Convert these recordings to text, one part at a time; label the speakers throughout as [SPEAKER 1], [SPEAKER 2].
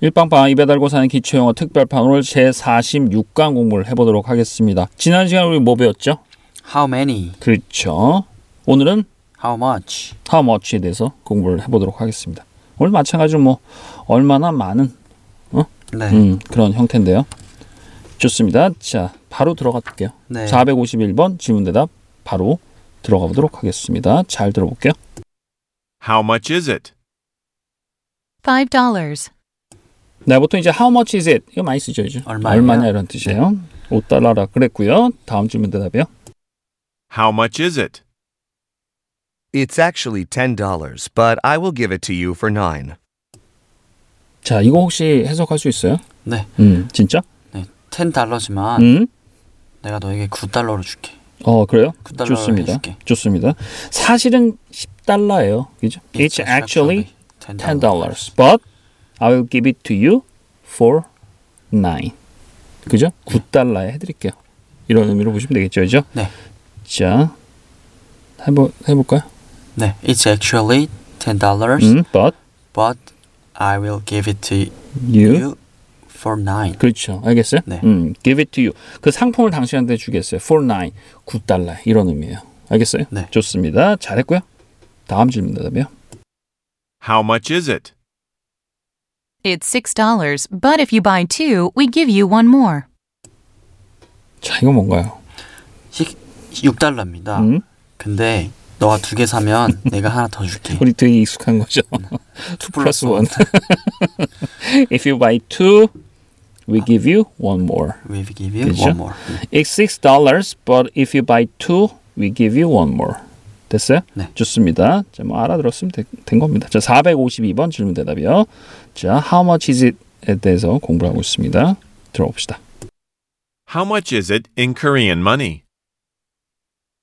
[SPEAKER 1] 일빵빵 입에 달고 사는 기초영어 특별판 오늘 제46강 공부를 해보도록 하겠습니다. 지난 시간 우리 뭐 배웠죠?
[SPEAKER 2] How many?
[SPEAKER 1] 그렇죠. 오늘은
[SPEAKER 2] How much?
[SPEAKER 1] how much에 대해서 공부를 해보도록 하겠습니다. 오늘 마찬가지로 뭐 얼마나 많은
[SPEAKER 2] 네.
[SPEAKER 1] 음, 그런 형태인데요. 좋습니다. 자, 바로 들어갈게요.
[SPEAKER 2] 네.
[SPEAKER 1] 451번 질문 대답 바로 들어가 보도록 하겠습니다. 잘 들어볼게요.
[SPEAKER 3] How much is it?
[SPEAKER 4] Five dollars.
[SPEAKER 1] 네, 보통 이제 how much is it 이거 많이 쓰죠, 이제
[SPEAKER 2] 얼마예요?
[SPEAKER 1] 얼마냐 이런 뜻이에요. 5달러라 그랬고요. 다음 질문 대답이요.
[SPEAKER 3] How much is it?
[SPEAKER 5] It's actually $10, but I will give it to you for 9.
[SPEAKER 1] 자, 이거 혹시 해석할 수 있어요?
[SPEAKER 2] 네.
[SPEAKER 1] 음, 진짜?
[SPEAKER 2] 네. 10 달러지만
[SPEAKER 1] 음,
[SPEAKER 2] 내가 너에게 9 달러를 줄게.
[SPEAKER 1] 어 그래요?
[SPEAKER 2] 그 달러로
[SPEAKER 1] 좋습니다.
[SPEAKER 2] 해줄게.
[SPEAKER 1] 좋습니다. 사실은 10달러예요, 그죠? It's actually
[SPEAKER 2] 10
[SPEAKER 1] 10 dollars, but I will give it to you for nine. 그죠? 9달러에 해드릴게요. 이런 의미로 보시면 되겠죠, 그죠?
[SPEAKER 2] 네.
[SPEAKER 1] 자, 해보 해볼까요?
[SPEAKER 2] 네. It's actually 10 dollars,
[SPEAKER 1] 음, but
[SPEAKER 2] but I will give it to
[SPEAKER 1] you,
[SPEAKER 2] you for 9.
[SPEAKER 1] 그렇죠, 알겠어요?
[SPEAKER 2] 네.
[SPEAKER 1] 음, give it to you. 그 상품을 당신한테 주겠어요. for nine, 9달러 이런 의미예요. 알겠어요?
[SPEAKER 2] 네.
[SPEAKER 1] 좋습니다. 잘했고요. 다음 질문 대답이요.
[SPEAKER 3] How much is it?
[SPEAKER 4] It's six dollars, but if you buy two, we give you one more.
[SPEAKER 1] 자, 이거 뭔가요?
[SPEAKER 2] 6 달러입니다.
[SPEAKER 1] 음,
[SPEAKER 2] 근데 너가 두 개 사면 내가 하나 더 줄게.
[SPEAKER 1] 우리 되게 익숙한 거죠. 2 네. 플러스 1. If you buy two, we give you one more.
[SPEAKER 2] We give you
[SPEAKER 1] 그죠?
[SPEAKER 2] one more.
[SPEAKER 1] It's six dollars, but if you buy two, we give you one more. 됐어요?
[SPEAKER 2] 네.
[SPEAKER 1] 좋습니다. 자, 뭐 알아들었으면 되- 된 겁니다. 자, 452번 질문 대답이요. 자, how much is it에 대해서 공부를 하고 있습니다. 들어봅시다.
[SPEAKER 3] How much is it in Korean money?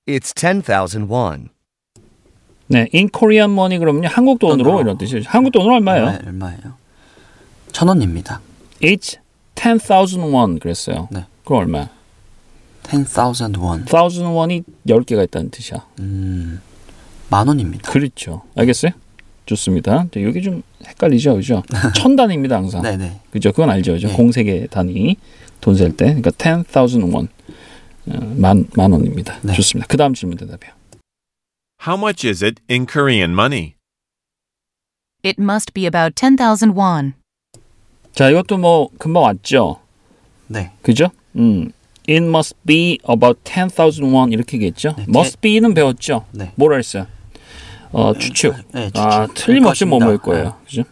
[SPEAKER 5] It's 10,000 won.
[SPEAKER 1] 네, in Korean money 그러면 한국 돈으로
[SPEAKER 2] 돈으로.
[SPEAKER 1] 이런 뜻이죠. 한국 돈으로 얼마예요?
[SPEAKER 2] 네, 얼마- 얼마예요? 천 원입니다.
[SPEAKER 1] It's 10,000 won 그랬어요.
[SPEAKER 2] 네.
[SPEAKER 1] 그럼 얼마?
[SPEAKER 2] 10,000 won.
[SPEAKER 1] 1,000 원이 10개가 있다는 뜻이야.
[SPEAKER 2] 음. 만 원입니다.
[SPEAKER 1] 그렇죠. 알겠어요? 좋습니다. 근데 여기 좀 헷갈리죠, 그죠? 천 단위입니다, 항상.
[SPEAKER 2] 네, 네.
[SPEAKER 1] 그죠? 그건 알죠, 그죠?
[SPEAKER 2] 네.
[SPEAKER 1] 공세계 단위 돈 셀 때, 그러니까 10,000 원, 어, 만, 만 원입니다.
[SPEAKER 2] 네.
[SPEAKER 1] 좋습니다. 그 다음 질문 대답이요.
[SPEAKER 3] How much is it in Korean money?
[SPEAKER 4] It must be about 10,000 won.
[SPEAKER 1] 자, 이것도 뭐 금방 왔죠,
[SPEAKER 2] 네.
[SPEAKER 1] 그죠? 음, it must be about 10,000 원 이렇게 얘기했죠.
[SPEAKER 2] 네,
[SPEAKER 1] must be는 배웠죠.
[SPEAKER 2] 네.
[SPEAKER 1] 뭐라 했어요? 어, 추측.
[SPEAKER 2] 네, 추측.
[SPEAKER 1] 아, 틀림없이
[SPEAKER 2] 될 것입니다. 네.
[SPEAKER 1] 뭐뭐일 거예요, 그죠?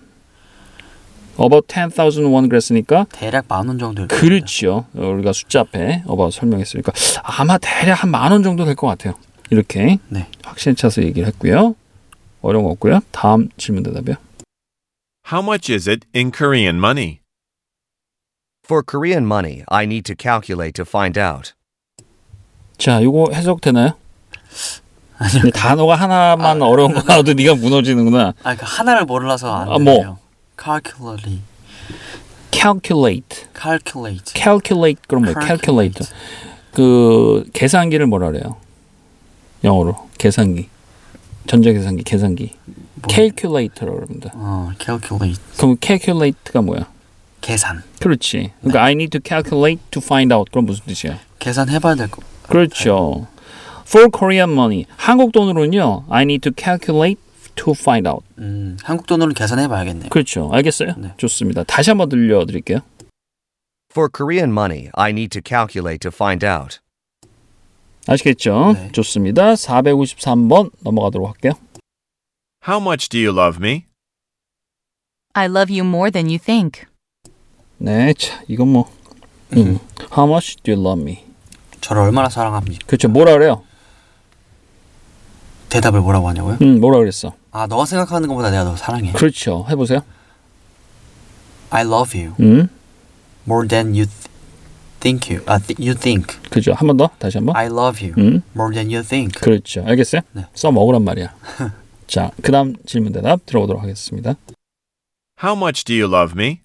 [SPEAKER 1] About 10,000 원 그랬으니까
[SPEAKER 2] 네, 대략 만 원 정도.
[SPEAKER 1] 그렇죠. 어, 우리가 숫자 앞에 어바 설명했으니까 아마 대략 한 만 원 정도 될 것 같아요. 이렇게
[SPEAKER 2] 네.
[SPEAKER 1] 확신에 차서 얘기를 했고요. 어려운 거 없고요. 다음 질문 대답이요.
[SPEAKER 3] How much is it in Korean money?
[SPEAKER 5] For Korean money, I need to calculate to find out.
[SPEAKER 1] 자, 이거 해석되나요? 근데 단어가 하나만 어려운 거라도 네가 무너지는구나.
[SPEAKER 2] 아, 그러니까 하나를 몰라서 안
[SPEAKER 1] 아,
[SPEAKER 2] 아,
[SPEAKER 1] 뭐.
[SPEAKER 2] 돼요. calculate,
[SPEAKER 1] calculate.
[SPEAKER 2] calculate,
[SPEAKER 1] calculate 그럼 뭐예요? calculate.
[SPEAKER 2] Calculate.
[SPEAKER 1] 그 계산기를 뭐라 그래요? 영어로 계산기. 전자 계산기, 계산기. calculator라고 합니다.
[SPEAKER 2] 뭐, 어, calculate,
[SPEAKER 1] 그럼 calculate가 뭐야?
[SPEAKER 2] 계산,
[SPEAKER 1] 그렇지. 그러니까 I need to calculate to find out. 그럼 무슨 뜻이야?
[SPEAKER 2] 계산해봐야 될 거.
[SPEAKER 1] 그렇죠. For Korean money. 한국 돈으로는요. I need to calculate to find out.
[SPEAKER 2] 음, 한국 돈으로 계산해봐야겠네요.
[SPEAKER 1] 그렇죠. 알겠어요?
[SPEAKER 2] 네.
[SPEAKER 1] 좋습니다. 다시 한번 들려드릴게요.
[SPEAKER 5] For Korean money, I need to calculate to find out.
[SPEAKER 1] 아시겠죠?
[SPEAKER 2] 네.
[SPEAKER 1] 좋습니다. 453번 넘어가도록 할게요.
[SPEAKER 3] How much do you love me?
[SPEAKER 4] I love you more than you think.
[SPEAKER 1] 네. 자, 이건 뭐. 음. How much do you love me?
[SPEAKER 2] 저를 얼마나 사랑합니까?
[SPEAKER 1] 그렇죠. 뭐라 그래요?
[SPEAKER 2] 대답을 뭐라고 하냐고요?
[SPEAKER 1] 음, 뭐라 그랬어?
[SPEAKER 2] 아, 너가 생각하는 것보다 내가 너 사랑해.
[SPEAKER 1] 그렇죠. 해보세요.
[SPEAKER 2] I love you
[SPEAKER 1] 음.
[SPEAKER 2] more than you th- think you. 아, th- you think.
[SPEAKER 1] 그죠. 그렇죠. 한 번 더. 다시 한 번.
[SPEAKER 2] I love you
[SPEAKER 1] 음.
[SPEAKER 2] more than you think.
[SPEAKER 1] 그렇죠. 알겠어요?
[SPEAKER 2] 네.
[SPEAKER 1] 써 먹으란 말이야. 자, 그다음 질문 대답 들어보도록 하겠습니다.
[SPEAKER 3] How much do you love me?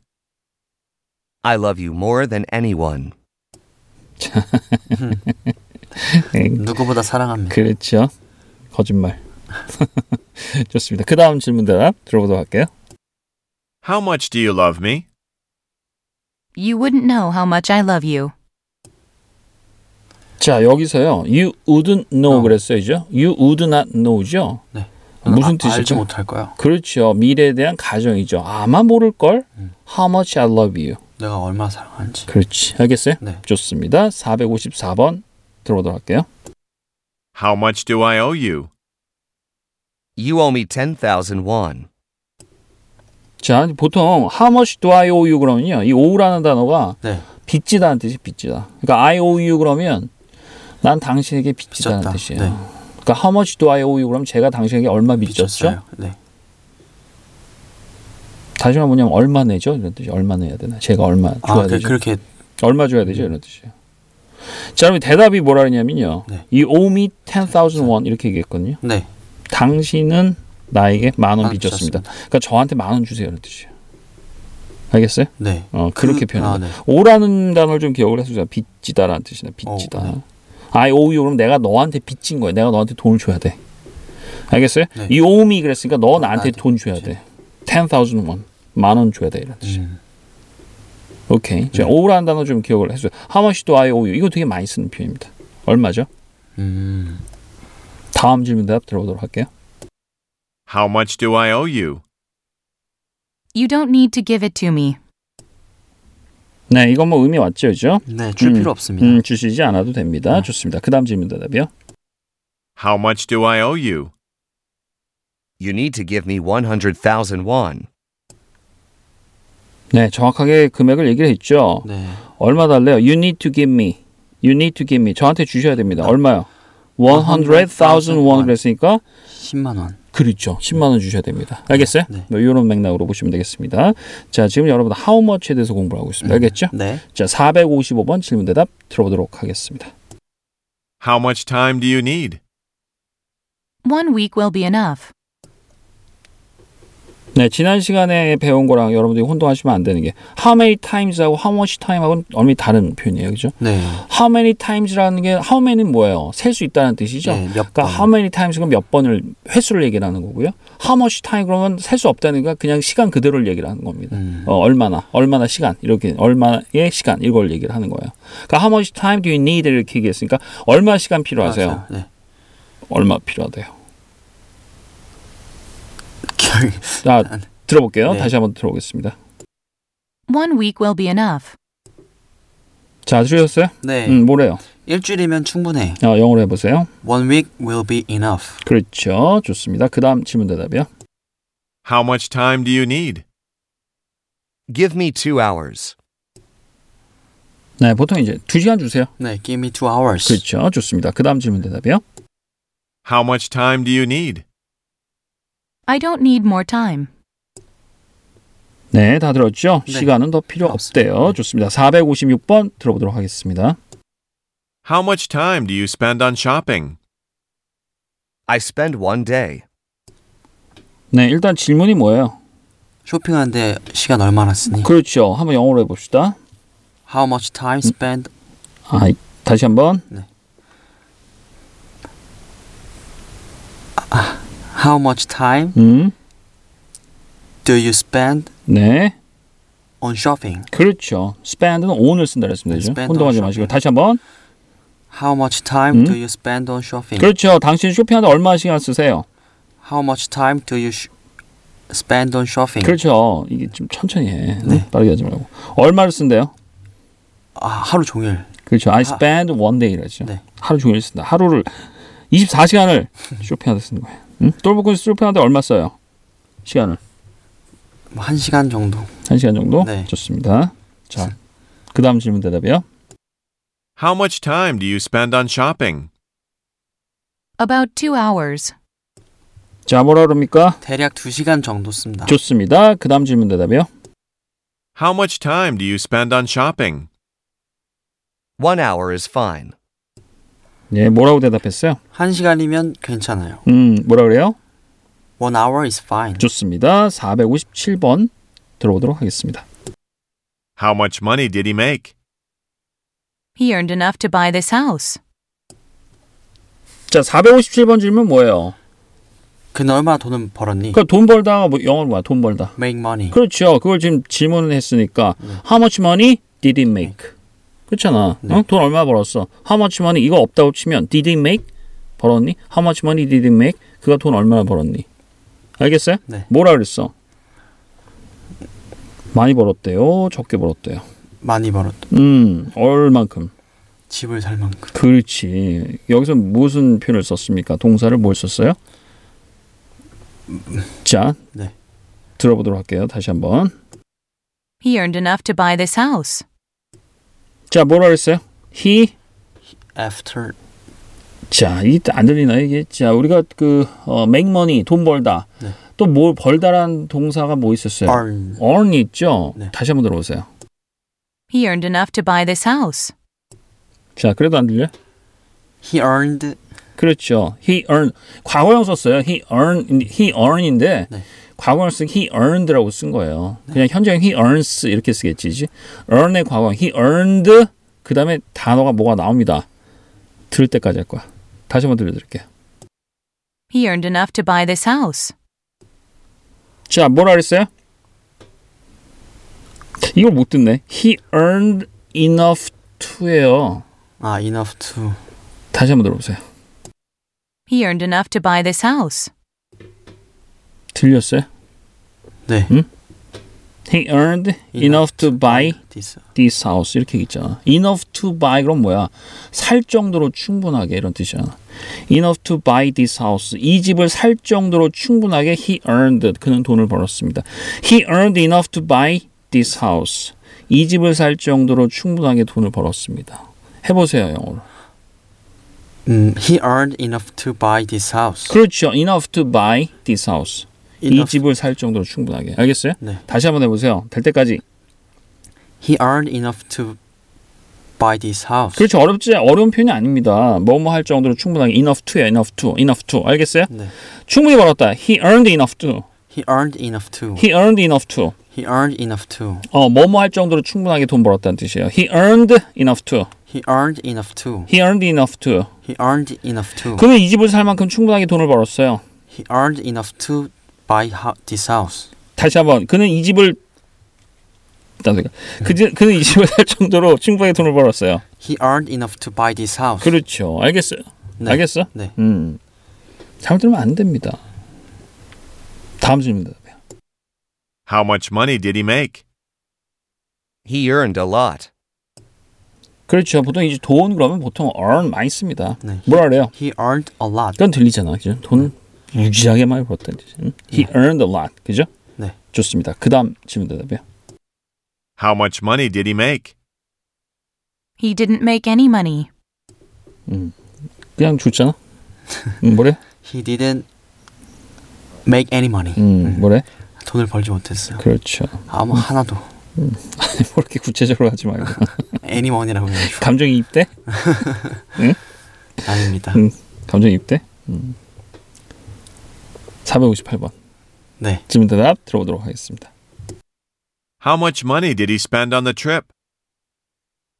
[SPEAKER 5] I love you more than anyone.
[SPEAKER 2] 네.
[SPEAKER 1] 엥,
[SPEAKER 2] 누구보다 사랑합니다.
[SPEAKER 1] 그렇죠. 거짓말. 좋습니다. 그다음 질문 대답 들어보도록 할게요.
[SPEAKER 3] How much do you love me?
[SPEAKER 4] You wouldn't know how much I love you.
[SPEAKER 1] 자 여기서요. You wouldn't know
[SPEAKER 2] 어.
[SPEAKER 1] 그랬어야죠. You would not know죠.
[SPEAKER 2] 네.
[SPEAKER 1] 무슨
[SPEAKER 2] 아, 알지
[SPEAKER 1] 뜻일까요?
[SPEAKER 2] 못할 거야.
[SPEAKER 1] 그렇죠. 미래에 대한 가정이죠. 아마 모를 걸. How much I love you.
[SPEAKER 2] 내가 얼마나 사랑하는지.
[SPEAKER 1] 그렇지. 알겠어요?
[SPEAKER 2] 네.
[SPEAKER 1] 좋습니다. 454번 들어보도록 할게요.
[SPEAKER 3] How much do I owe you?
[SPEAKER 5] You owe me 10,000 won.
[SPEAKER 1] 자, 보통 how much do I owe you 그러면요. 이 owe라는 단어가
[SPEAKER 2] 네.
[SPEAKER 1] 빚지다는 뜻이 빚지다. 그러니까 I owe you 그러면 난 당신에게 빚지다는
[SPEAKER 2] 빚졌다. 네.
[SPEAKER 1] 뜻이에요. 그러니까 how much do I owe you 그러면 제가 당신에게 얼마 빚졌죠?
[SPEAKER 2] 빚졌어요. 네.
[SPEAKER 1] 다시 말하면 뭐냐면 얼마 내죠? 이런 뜻이 얼마 내야 되나? 제가 얼마 줘야
[SPEAKER 2] 아, 그,
[SPEAKER 1] 되죠?
[SPEAKER 2] 그렇게
[SPEAKER 1] 얼마 줘야 되죠? 이런 뜻이에요. 자, 그럼 대답이 뭐라 그러냐면요.
[SPEAKER 2] 네.
[SPEAKER 1] 이 owe me 10,000 won 이렇게 얘기했거든요.
[SPEAKER 2] 네.
[SPEAKER 1] 당신은 나에게 만 원
[SPEAKER 2] 아,
[SPEAKER 1] 빚졌습니다. 그러니까 저한테 만 원 주세요. 이런 뜻이에요. 알겠어요?
[SPEAKER 2] 네.
[SPEAKER 1] 어, 그렇게
[SPEAKER 2] 그-
[SPEAKER 1] 표현한다.
[SPEAKER 2] 아, 네.
[SPEAKER 1] 오라는 단어를 좀 기억을 해주자. 빚지다라는 뜻이다. 빚지다.
[SPEAKER 2] 어, 네.
[SPEAKER 1] I owe you 그럼 내가 너한테 빚진 거야. 내가 너한테 돈을 줘야 돼. 알겠어요?
[SPEAKER 2] 네.
[SPEAKER 1] You owe me 그랬으니까 너 나한테
[SPEAKER 2] 나한테
[SPEAKER 1] 돈 줘야
[SPEAKER 2] 그치.
[SPEAKER 1] 돼. 10,000 원. 만 원 줘야 돼. 이런 뜻이.
[SPEAKER 2] 음. 네.
[SPEAKER 1] 오케이. 자, ow라는 단어 좀 기억을 해주세요. How much do I owe you? 이거 되게 많이 쓰는 표현입니다. 얼마죠?
[SPEAKER 2] 음.
[SPEAKER 1] 다음 질문 대답 들어보도록 할게요.
[SPEAKER 3] How much do I owe you?
[SPEAKER 4] You don't need to give it to me.
[SPEAKER 1] 네, 이건 뭐 의미 왔죠, 그죠?
[SPEAKER 2] 네, 줄
[SPEAKER 1] 음,
[SPEAKER 2] 필요 없습니다.
[SPEAKER 1] 음, 주시지 않아도 됩니다.
[SPEAKER 2] 음.
[SPEAKER 1] 좋습니다. 그 다음 질문 대답이요.
[SPEAKER 3] How much do I owe you?
[SPEAKER 5] You need to give me 100,000 won.
[SPEAKER 1] 네, 정확하게 금액을 얘기를 했죠.
[SPEAKER 2] 네.
[SPEAKER 1] 얼마 달래요? You need to give me. You need to give me. 저한테 주셔야 됩니다. 얼마요? 100,000 원 그랬으니까
[SPEAKER 2] 10만 원.
[SPEAKER 1] 그렇죠. 10만 원 주셔야 됩니다. 알겠어요?
[SPEAKER 2] 네.
[SPEAKER 1] 뭐 이런 맥락으로 보시면 되겠습니다. 자, 지금 여러분 how much에 대해서 공부를 하고 있습니다. 알겠죠?
[SPEAKER 2] 네.
[SPEAKER 1] 자, 455번 질문 대답 들어보도록 하겠습니다.
[SPEAKER 3] How much time do you need?
[SPEAKER 4] One week will be enough.
[SPEAKER 1] 네, 지난 시간에 배운 거랑 여러분들이 혼동하시면 안 되는 게 how many times하고 how much time하고는 얼핏 다른 표현이에요. 그죠?
[SPEAKER 2] 네.
[SPEAKER 1] how many times라는 게 how many는 뭐예요? 셀 수 있다는 뜻이죠.
[SPEAKER 2] 네, 몇
[SPEAKER 1] 그러니까
[SPEAKER 2] 번.
[SPEAKER 1] how many times 그럼 몇 번을 횟수를 얘기하는 거고요. how much time 그러면 셀 수 없다는 건 그냥 시간 그대로를 얘기를 하는 겁니다.
[SPEAKER 2] 음.
[SPEAKER 1] 어, 얼마나 얼마나 시간 이렇게 얼마의 시간 이걸 얘기를 하는 거예요. 그러니까 how much time do you need 이렇게 얘기했으니까 얼마 시간 필요하세요?
[SPEAKER 2] 맞아요. 네.
[SPEAKER 1] 얼마 필요하대요? 자
[SPEAKER 2] 결-
[SPEAKER 1] 들어볼게요.
[SPEAKER 2] 네.
[SPEAKER 1] 다시 한번 들어보겠습니다.
[SPEAKER 4] One week will be enough.
[SPEAKER 1] 자 들으셨어요?
[SPEAKER 2] 네.
[SPEAKER 1] 음, 뭐래요?
[SPEAKER 2] 일주일이면 충분해.
[SPEAKER 1] 어, 영어로 해보세요.
[SPEAKER 2] One week will be enough.
[SPEAKER 1] 그렇죠. 좋습니다. 그다음 질문 대답이요.
[SPEAKER 3] How much time do you need?
[SPEAKER 5] Give me 2 hours.
[SPEAKER 1] 네, 보통 이제 두 시간 주세요.
[SPEAKER 2] 네, give me two hours.
[SPEAKER 1] 그렇죠. 좋습니다. 그 다음 질문 대답이요.
[SPEAKER 3] How much time do you need?
[SPEAKER 4] I don't need more time.
[SPEAKER 1] 네, 다 들었죠?
[SPEAKER 2] 네.
[SPEAKER 1] 시간은 더 필요
[SPEAKER 2] 없습니다.
[SPEAKER 1] 없대요.
[SPEAKER 2] 네.
[SPEAKER 1] 좋습니다. 456번 들어보도록 하겠습니다.
[SPEAKER 3] How much time do you spend on shopping?
[SPEAKER 5] I spend one day.
[SPEAKER 1] 네, 일단 질문이 뭐예요?
[SPEAKER 2] 쇼핑하는데 시간 얼마나 쓰니?
[SPEAKER 1] 그렇죠. 한번 영어로 해봅시다.
[SPEAKER 2] How much time spent?
[SPEAKER 1] 아, 다시 한번.
[SPEAKER 2] How much time
[SPEAKER 1] 음,
[SPEAKER 2] do you spend
[SPEAKER 1] 네,
[SPEAKER 2] on shopping?
[SPEAKER 1] 그렇죠. spend는 오늘 쓴다 그랬습니다. 그죠?
[SPEAKER 2] spend on
[SPEAKER 1] 혼동하지
[SPEAKER 2] shopping.
[SPEAKER 1] 마시고 다시 한번.
[SPEAKER 2] How much time
[SPEAKER 1] 음?
[SPEAKER 2] do you spend on shopping?
[SPEAKER 1] 그렇죠. 당신 쇼핑하는데 얼마 시간 쓰세요?
[SPEAKER 2] How much time do you sh- spend on shopping?
[SPEAKER 1] 그렇죠. 이게 좀 천천히 해.
[SPEAKER 2] 네.
[SPEAKER 1] 빠르게 하지 말고. 얼마를 쓴대요?
[SPEAKER 2] 아, 하루 종일.
[SPEAKER 1] 그렇죠. I
[SPEAKER 2] 하-
[SPEAKER 1] spend one day라죠.
[SPEAKER 2] 아. 네.
[SPEAKER 1] 하루 종일 쓴다. 하루를 24시간을 쇼핑하다 쓰는 거예요. 응? 똘복근 쇼핑하는데 얼마 써요? 시간을
[SPEAKER 2] 뭐한 시간 정도.
[SPEAKER 1] 1시간 정도?
[SPEAKER 2] 네.
[SPEAKER 1] 좋습니다. 자, 그 다음 질문 대답이요.
[SPEAKER 3] How much time do you spend on shopping?
[SPEAKER 4] About two hours.
[SPEAKER 1] 자, 뭐라 그럽니까?
[SPEAKER 2] 대략 두 시간 정도 씁니다.
[SPEAKER 1] 좋습니다. 그 다음 질문 대답이요.
[SPEAKER 3] How much time do you spend on shopping?
[SPEAKER 5] 1 hour is fine.
[SPEAKER 1] 예, 뭐라고 대답했어요?
[SPEAKER 2] 한 시간이면 괜찮아요.
[SPEAKER 1] 음, 뭐라 그래요?
[SPEAKER 2] One hour is fine.
[SPEAKER 1] 좋습니다. 457번 들어보도록 하겠습니다.
[SPEAKER 3] How much money did he make?
[SPEAKER 4] He earned enough to buy this house.
[SPEAKER 1] 자, 457번 질문 뭐예요?
[SPEAKER 2] 그는 얼마나 돈을 벌었니?
[SPEAKER 1] 그러니까 돈 벌다 뭐 영어로 뭐야? 돈 벌다.
[SPEAKER 2] Make money.
[SPEAKER 1] 그렇죠. 그걸 지금 질문을 했으니까
[SPEAKER 2] 네.
[SPEAKER 1] how much money did it make? 그렇잖아.
[SPEAKER 2] 네.
[SPEAKER 1] 어? 돈 얼마 벌었어? how much money 이거 없다고 치면 did it make 벌었니? how much money did it make? 그가 돈 얼마나 벌었니? 알겠어요?
[SPEAKER 2] 네.
[SPEAKER 1] 뭐라 그랬어? 많이 벌었대요. 적게 벌었대요.
[SPEAKER 2] 많이 벌었다.
[SPEAKER 1] 음, 얼만큼?
[SPEAKER 2] 집을 살 만큼.
[SPEAKER 1] 그렇지. 여기서 무슨 표현을 썼습니까? 동사를 뭘 썼어요? 자,
[SPEAKER 2] 음. 네.
[SPEAKER 1] 들어보도록 할게요. 다시 한번.
[SPEAKER 4] He earned enough to buy this house.
[SPEAKER 1] 자, 뭐라 그랬어요? he
[SPEAKER 2] After
[SPEAKER 1] 자, 이게 또안 들리나요? 이게 자, 우리가 그 어, make money 돈 벌다.
[SPEAKER 2] 네.
[SPEAKER 1] 또 뭘 벌다란 동사가 뭐 있었어요?
[SPEAKER 2] earn.
[SPEAKER 1] earn 있죠.
[SPEAKER 2] 네.
[SPEAKER 1] 다시 한번 들어보세요.
[SPEAKER 4] He earned enough to buy this house.
[SPEAKER 1] 자, 그래도 안 들려?
[SPEAKER 2] He earned.
[SPEAKER 1] 그렇죠. he earn 과거형 썼어요. he earn he earn인데
[SPEAKER 2] 네.
[SPEAKER 1] 과거형 쓰 he earned라고 쓴 거예요. 그냥 현재형 he earns 이렇게 쓰겠지. 그지? earn의 과거형 he earned 그다음에 단어가 뭐가 나옵니다. 들을 때까지 할 거야. 다시 한번 들려드릴게요.
[SPEAKER 4] He earned enough to buy this house.
[SPEAKER 1] 자, 뭐라 그랬어요? 이걸 못 듣네. He earned enough to예요.
[SPEAKER 2] 아, enough to.
[SPEAKER 1] 다시 한번 들어보세요.
[SPEAKER 4] He earned enough to buy this house.
[SPEAKER 1] 들렸어요?
[SPEAKER 2] 네.
[SPEAKER 1] He earned enough to buy
[SPEAKER 2] This.
[SPEAKER 1] this house 이렇게 있잖아. Enough to buy 그럼 뭐야? 살 정도로 충분하게 이런 뜻이잖아. Enough to buy this house 이 집을 살 정도로 충분하게 he earned 그는 돈을 벌었습니다. He earned enough to buy this house 이 집을 살 정도로 충분하게 돈을 벌었습니다. 해보세요 영어로.
[SPEAKER 2] 음, he earned enough to buy this house.
[SPEAKER 1] 그렇죠. Enough to buy this house 이
[SPEAKER 2] Enough.
[SPEAKER 1] 집을 살 정도로 충분하게 알겠어요?
[SPEAKER 2] 네.
[SPEAKER 1] 다시 한번 해보세요. 될 때까지.
[SPEAKER 2] He earned enough to buy this house.
[SPEAKER 1] 그렇죠. 어렵지 어려운 표현이 아닙니다. 뭐뭐 할 정도로 충분하게 enough to야 enough to enough to 알겠어요?
[SPEAKER 2] 네.
[SPEAKER 1] 충분히 벌었다. He earned enough to.
[SPEAKER 2] He earned enough to.
[SPEAKER 1] He earned enough to.
[SPEAKER 2] He earned enough to.
[SPEAKER 1] 어, 뭐뭐 할 정도로 충분하게 돈 벌었다는 뜻이에요. He earned enough to.
[SPEAKER 2] He earned enough to.
[SPEAKER 1] He earned enough to.
[SPEAKER 2] He earned enough to.
[SPEAKER 1] 그는 이 집을 살 만큼 충분하게 돈을 벌었어요.
[SPEAKER 2] He earned enough to buy ho- this house.
[SPEAKER 1] 다시 한번. 그는 이 집을 나도 그 그는 이 집을 살 정도로 충분하게 돈을 벌었어요.
[SPEAKER 2] He earned enough to buy this house.
[SPEAKER 1] 그렇죠. 알겠어요.
[SPEAKER 2] 네.
[SPEAKER 1] 알겠어?
[SPEAKER 2] 네.
[SPEAKER 1] 음. 잘못 들으면 안 됩니다. 다음 질문 답해요.
[SPEAKER 3] How much money did he make?
[SPEAKER 5] He earned a lot.
[SPEAKER 1] 그렇죠. 보통 이제 돈 그러면 보통 earn 많이 씁니다.
[SPEAKER 2] 네.
[SPEAKER 1] 뭐라 그래요?
[SPEAKER 2] He earned a lot.
[SPEAKER 1] 어. 그건 들리잖아. 그죠? 돈 무지하게 많이 벌었다는 뜻이. 응? He earned a lot. 그죠?
[SPEAKER 2] 네.
[SPEAKER 1] 좋습니다. 그다음 질문 대답이요.
[SPEAKER 3] How much money did he make?
[SPEAKER 4] He didn't make any money.
[SPEAKER 1] 그냥 줬잖아. 음, 뭐래?
[SPEAKER 2] He didn't make any money.
[SPEAKER 1] 음, 뭐래?
[SPEAKER 2] 돈을 벌지 못했어요.
[SPEAKER 1] 그렇죠.
[SPEAKER 2] 아무 하나도.
[SPEAKER 1] 아니, 뭐 이렇게 구체적으로 하지 말고
[SPEAKER 2] any money라고 해가지고.
[SPEAKER 1] 감정이 입대?
[SPEAKER 2] 아닙니다.
[SPEAKER 1] 음, 감정이 입대? 음. 458번
[SPEAKER 2] 네.
[SPEAKER 1] 질문 대답 들어보도록 하겠습니다.
[SPEAKER 3] How much money did he spend on the trip?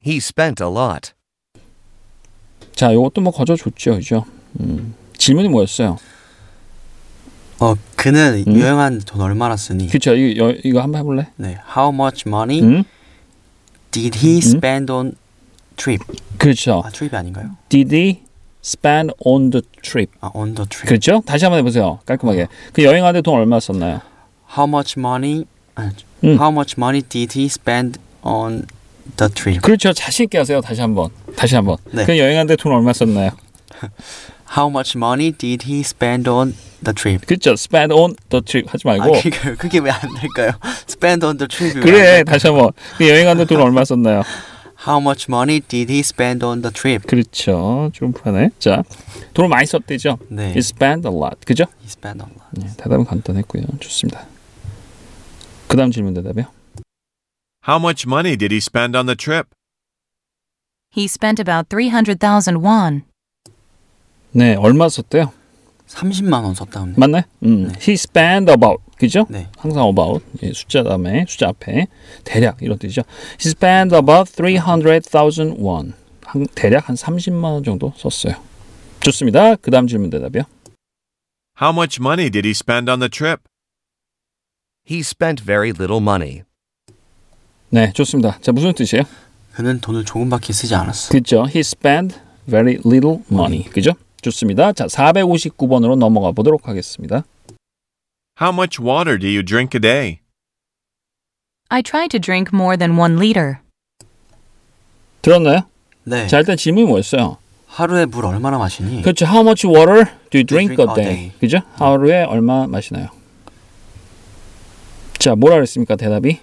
[SPEAKER 5] He spent a lot.
[SPEAKER 1] 자, 이것도 뭐 거저 줬죠, 그죠? 음. 질문이 뭐였어요?
[SPEAKER 2] 어, 그는
[SPEAKER 1] 음?
[SPEAKER 2] 여행한 돈 얼마나 쓰니?
[SPEAKER 1] 그쵸, 음. 이거, 여- 이거 한번 해볼래?
[SPEAKER 2] 네. How much money
[SPEAKER 1] 응?
[SPEAKER 2] did he
[SPEAKER 1] 음.
[SPEAKER 2] spend on trip?
[SPEAKER 1] 그렇죠.
[SPEAKER 2] 아, 트립이 아닌가요?
[SPEAKER 1] Did he spend on the trip?
[SPEAKER 2] 아, on the trip.
[SPEAKER 1] 그렇죠? 다시 한번 해보세요. 깔끔하게. 그 여행하는데 돈 얼마 썼나요?
[SPEAKER 2] How much money? 아,
[SPEAKER 1] 음.
[SPEAKER 2] How much money did he spend on the trip?
[SPEAKER 1] 그렇죠. 자신 있게 하세요. 다시 한번. 다시 한번.
[SPEAKER 2] 네.
[SPEAKER 1] 그 여행하는데 돈 얼마 썼나요?
[SPEAKER 2] How much money did he spend on the trip?
[SPEAKER 1] 그렇죠. Spend on the trip 하지
[SPEAKER 2] 아,
[SPEAKER 1] 말고.
[SPEAKER 2] 그게, 그게 왜 안 될까요? spend on the trip.
[SPEAKER 1] 뭐? 그래. 다시 한번. 그 여행하는데 돈 얼마 썼나요?
[SPEAKER 2] How much money did he spend on the trip?
[SPEAKER 1] 그렇죠. 좀 불안해. 자, 돈을 많이 썼대죠.
[SPEAKER 2] 네.
[SPEAKER 1] He spent a lot. 그죠?
[SPEAKER 2] He spent a lot.
[SPEAKER 1] 네, 대답은 간단했고요. 좋습니다. 그 다음 질문 대답이요.
[SPEAKER 3] How much money did he spend on the trip?
[SPEAKER 4] He spent about 300,000 won.
[SPEAKER 1] 네, 얼마 썼대요?
[SPEAKER 2] 30만 원 썼다는데.
[SPEAKER 1] 맞나요? 음. He spent about 그죠?
[SPEAKER 2] 네.
[SPEAKER 1] 항상 about 예, 숫자 다음에 숫자 앞에 대략 이런 뜻이죠. He spent about 300,000 won. 한, 그 대략 한 30만 원 정도 썼어요. 좋습니다. 그다음 질문 대답이요.
[SPEAKER 3] How much money did he spend on the trip?
[SPEAKER 5] He spent very little money.
[SPEAKER 1] 네, 좋습니다. 자, 무슨 뜻이에요?
[SPEAKER 2] 그는 돈을 조금밖에 쓰지 않았어.
[SPEAKER 1] 그죠? He spent very little money. 그죠? 좋습니다. 자, 459번으로 넘어가 보도록 하겠습니다.
[SPEAKER 3] How much water do you drink a day?
[SPEAKER 4] I try to drink more than one liter.
[SPEAKER 1] 들었나요?
[SPEAKER 2] 네.
[SPEAKER 1] 자, 일단 질문이 뭐였어요?
[SPEAKER 2] 하루에 물 얼마나 마시니?
[SPEAKER 1] 그렇죠. How much water do you drink,
[SPEAKER 2] 음. drink
[SPEAKER 1] a
[SPEAKER 2] a
[SPEAKER 1] day?
[SPEAKER 2] day. 음.
[SPEAKER 1] 그죠? 하루에 얼마 마시나요? 자, 뭐라 그랬습니까? 대답이?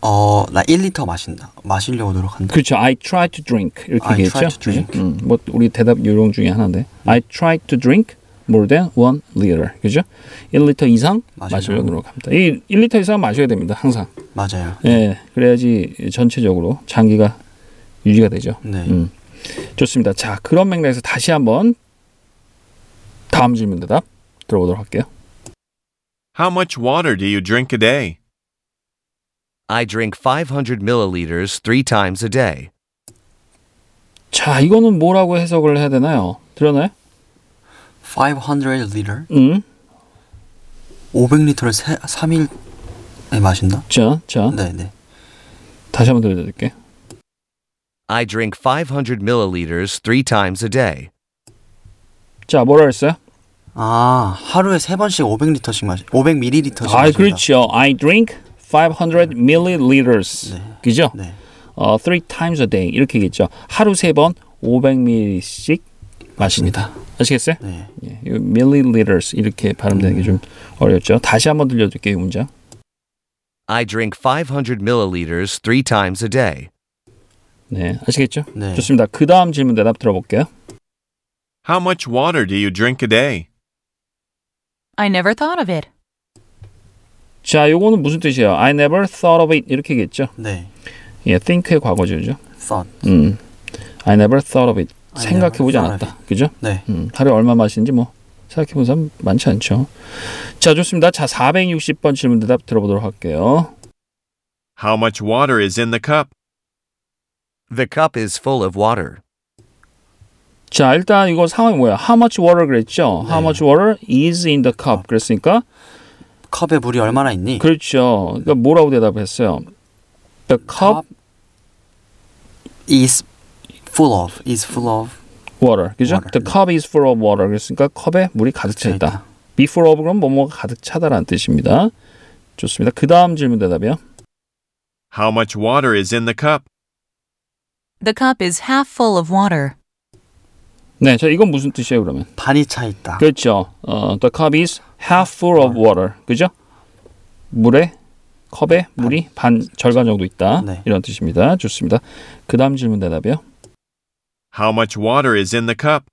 [SPEAKER 2] 어, 나 1리터 마신다. 마시려고 노력한다.
[SPEAKER 1] 그렇죠. I try to drink 이렇게
[SPEAKER 2] I
[SPEAKER 1] 얘기했죠.
[SPEAKER 2] try to drink. 음.
[SPEAKER 1] 그죠? 음, 뭐 우리 대답 요령 중에 하나인데. I try to drink more than one liter. 그죠? 1리터 이상
[SPEAKER 2] 마시려고.
[SPEAKER 1] 마시려고 노력합니다. 이 1리터 이상 마셔야 됩니다. 항상.
[SPEAKER 2] 음. 맞아요.
[SPEAKER 1] 예, 그래야지 전체적으로 장기가 유지가 되죠.
[SPEAKER 2] 네.
[SPEAKER 1] 음. 좋습니다. 자, 그런 맥락에서 다시 한번 다음 질문 대답 들어보도록 할게요.
[SPEAKER 3] How much water do you drink a day?
[SPEAKER 5] I drink 500 milliliters three times a day.
[SPEAKER 1] 자, 이거는 뭐라고 해석을 해야 되나요? 들었나요?
[SPEAKER 2] 500리터?
[SPEAKER 1] 음.
[SPEAKER 2] 500리터를 세, 3일에 마신다?
[SPEAKER 1] 자, 자,
[SPEAKER 2] 네, 네.
[SPEAKER 1] 다시 한번 들려드릴게요.
[SPEAKER 5] I drink 500 milliliters three times a day.
[SPEAKER 1] 자, 뭐라 그랬어요?
[SPEAKER 2] 아, 하루에 세 번씩 500리터씩 마시. 500ml씩 마신다.
[SPEAKER 1] 아, 그렇죠. I drink 500 milliliters. 그죠?
[SPEAKER 2] 네.
[SPEAKER 1] 어, three times a day 이렇게 얘기했죠. 하루 세 번 500ml씩 마십니다. 아시겠어요?
[SPEAKER 2] 네.
[SPEAKER 1] 예, 이 milliliters 이렇게 발음되는 게 좀 어렵죠. 다시 한번 들려드릴게요, 이 문장.
[SPEAKER 5] I drink 500 milliliters three times a day.
[SPEAKER 1] 네, 아시겠죠?
[SPEAKER 2] 네.
[SPEAKER 1] 좋습니다. 그 다음 질문 대답 들어볼게요.
[SPEAKER 3] How much water do you drink a day?
[SPEAKER 4] I never thought of it.
[SPEAKER 1] 자, 요거는 무슨 뜻이에요? I never thought of it 이렇게 얘기했죠.
[SPEAKER 2] 네.
[SPEAKER 1] 예, think의 과거죠.
[SPEAKER 2] thought.
[SPEAKER 1] 음, I never thought of it.
[SPEAKER 2] I never
[SPEAKER 1] 생각해보지
[SPEAKER 2] thought of
[SPEAKER 1] 않았다. 그죠?
[SPEAKER 2] 네.
[SPEAKER 1] 음, 하루에 얼마 마시는지 뭐 생각해본 사람 많지 않죠. 자, 좋습니다. 자, 460번 질문 대답 들어보도록 할게요.
[SPEAKER 3] How much water is in the cup?
[SPEAKER 5] The cup is full of water.
[SPEAKER 1] 자 일단 이거 상황이 뭐야? How much water 그랬죠? How
[SPEAKER 2] 네.
[SPEAKER 1] much water is in the cup 그랬으니까
[SPEAKER 2] 컵에 물이 얼마나 있니?
[SPEAKER 1] 그렇죠. 그러니까 뭐라고 대답했어요? The cup
[SPEAKER 2] is full of is full of
[SPEAKER 1] water 그죠?
[SPEAKER 2] water.
[SPEAKER 1] The cup is full of water 그랬으니까 컵에 물이 가득 차
[SPEAKER 2] 가득 차
[SPEAKER 1] 있다. Be full of 그럼 뭐뭐가 가득 차다라는 뜻입니다. 좋습니다. 그 다음 질문 대답이요.
[SPEAKER 3] How much water is in the cup?
[SPEAKER 4] The cup is half full of water.
[SPEAKER 1] 네, 자 이건 무슨 뜻이에요 그러면?
[SPEAKER 2] 반이 차 있다.
[SPEAKER 1] 그렇죠. 어, the cup is half full of water 그죠? 물에 컵에 물이 반 절반 정도 있다
[SPEAKER 2] 네.
[SPEAKER 1] 이런 뜻입니다. 좋습니다. 그 다음 질문 대답이요.
[SPEAKER 3] How much water is in the cup?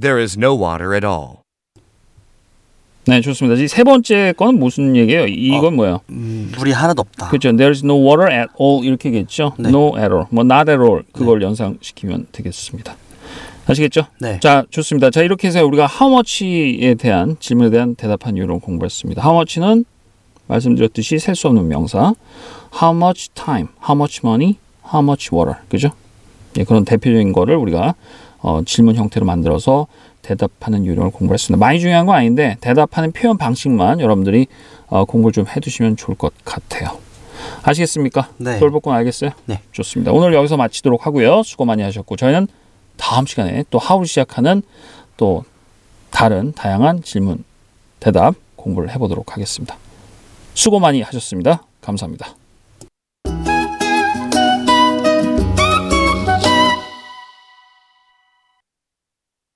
[SPEAKER 5] There is no water at all.
[SPEAKER 1] 네, 좋습니다. 이 세 번째 건 무슨 얘기예요? 이건 뭐예요?
[SPEAKER 2] 음, 물이 하나도 없다.
[SPEAKER 1] 그렇죠. There's no water at all 이렇게 얘기했죠.
[SPEAKER 2] 네.
[SPEAKER 1] No at all, 뭐 not at all 그걸 연상시키면 되겠습니다. 아시겠죠?
[SPEAKER 2] 네.
[SPEAKER 1] 자, 좋습니다. 자, 이렇게 해서 우리가 how much에 대한 질문에 대한 대답한 이유를 공부했습니다. how much는 말씀드렸듯이 셀 수 없는 명사. how much time, how much money, how much water. 그죠? 예, 그런 대표적인 거를 우리가 어, 질문 형태로 만들어서 대답하는 요령을 공부했습니다. 많이 중요한 건 아닌데 대답하는 표현 방식만 여러분들이 어, 공부를 좀 해두시면 좋을 것 같아요. 아시겠습니까?
[SPEAKER 2] 네.
[SPEAKER 1] 돌복권 알겠어요?
[SPEAKER 2] 네.
[SPEAKER 1] 좋습니다. 오늘 여기서 마치도록 하고요. 수고 많이 하셨고 저희는 다음 시간에 또 하루 시작하는 또 다른 다양한 질문 대답 공부를 해보도록 하겠습니다. 수고 많이 하셨습니다. 감사합니다.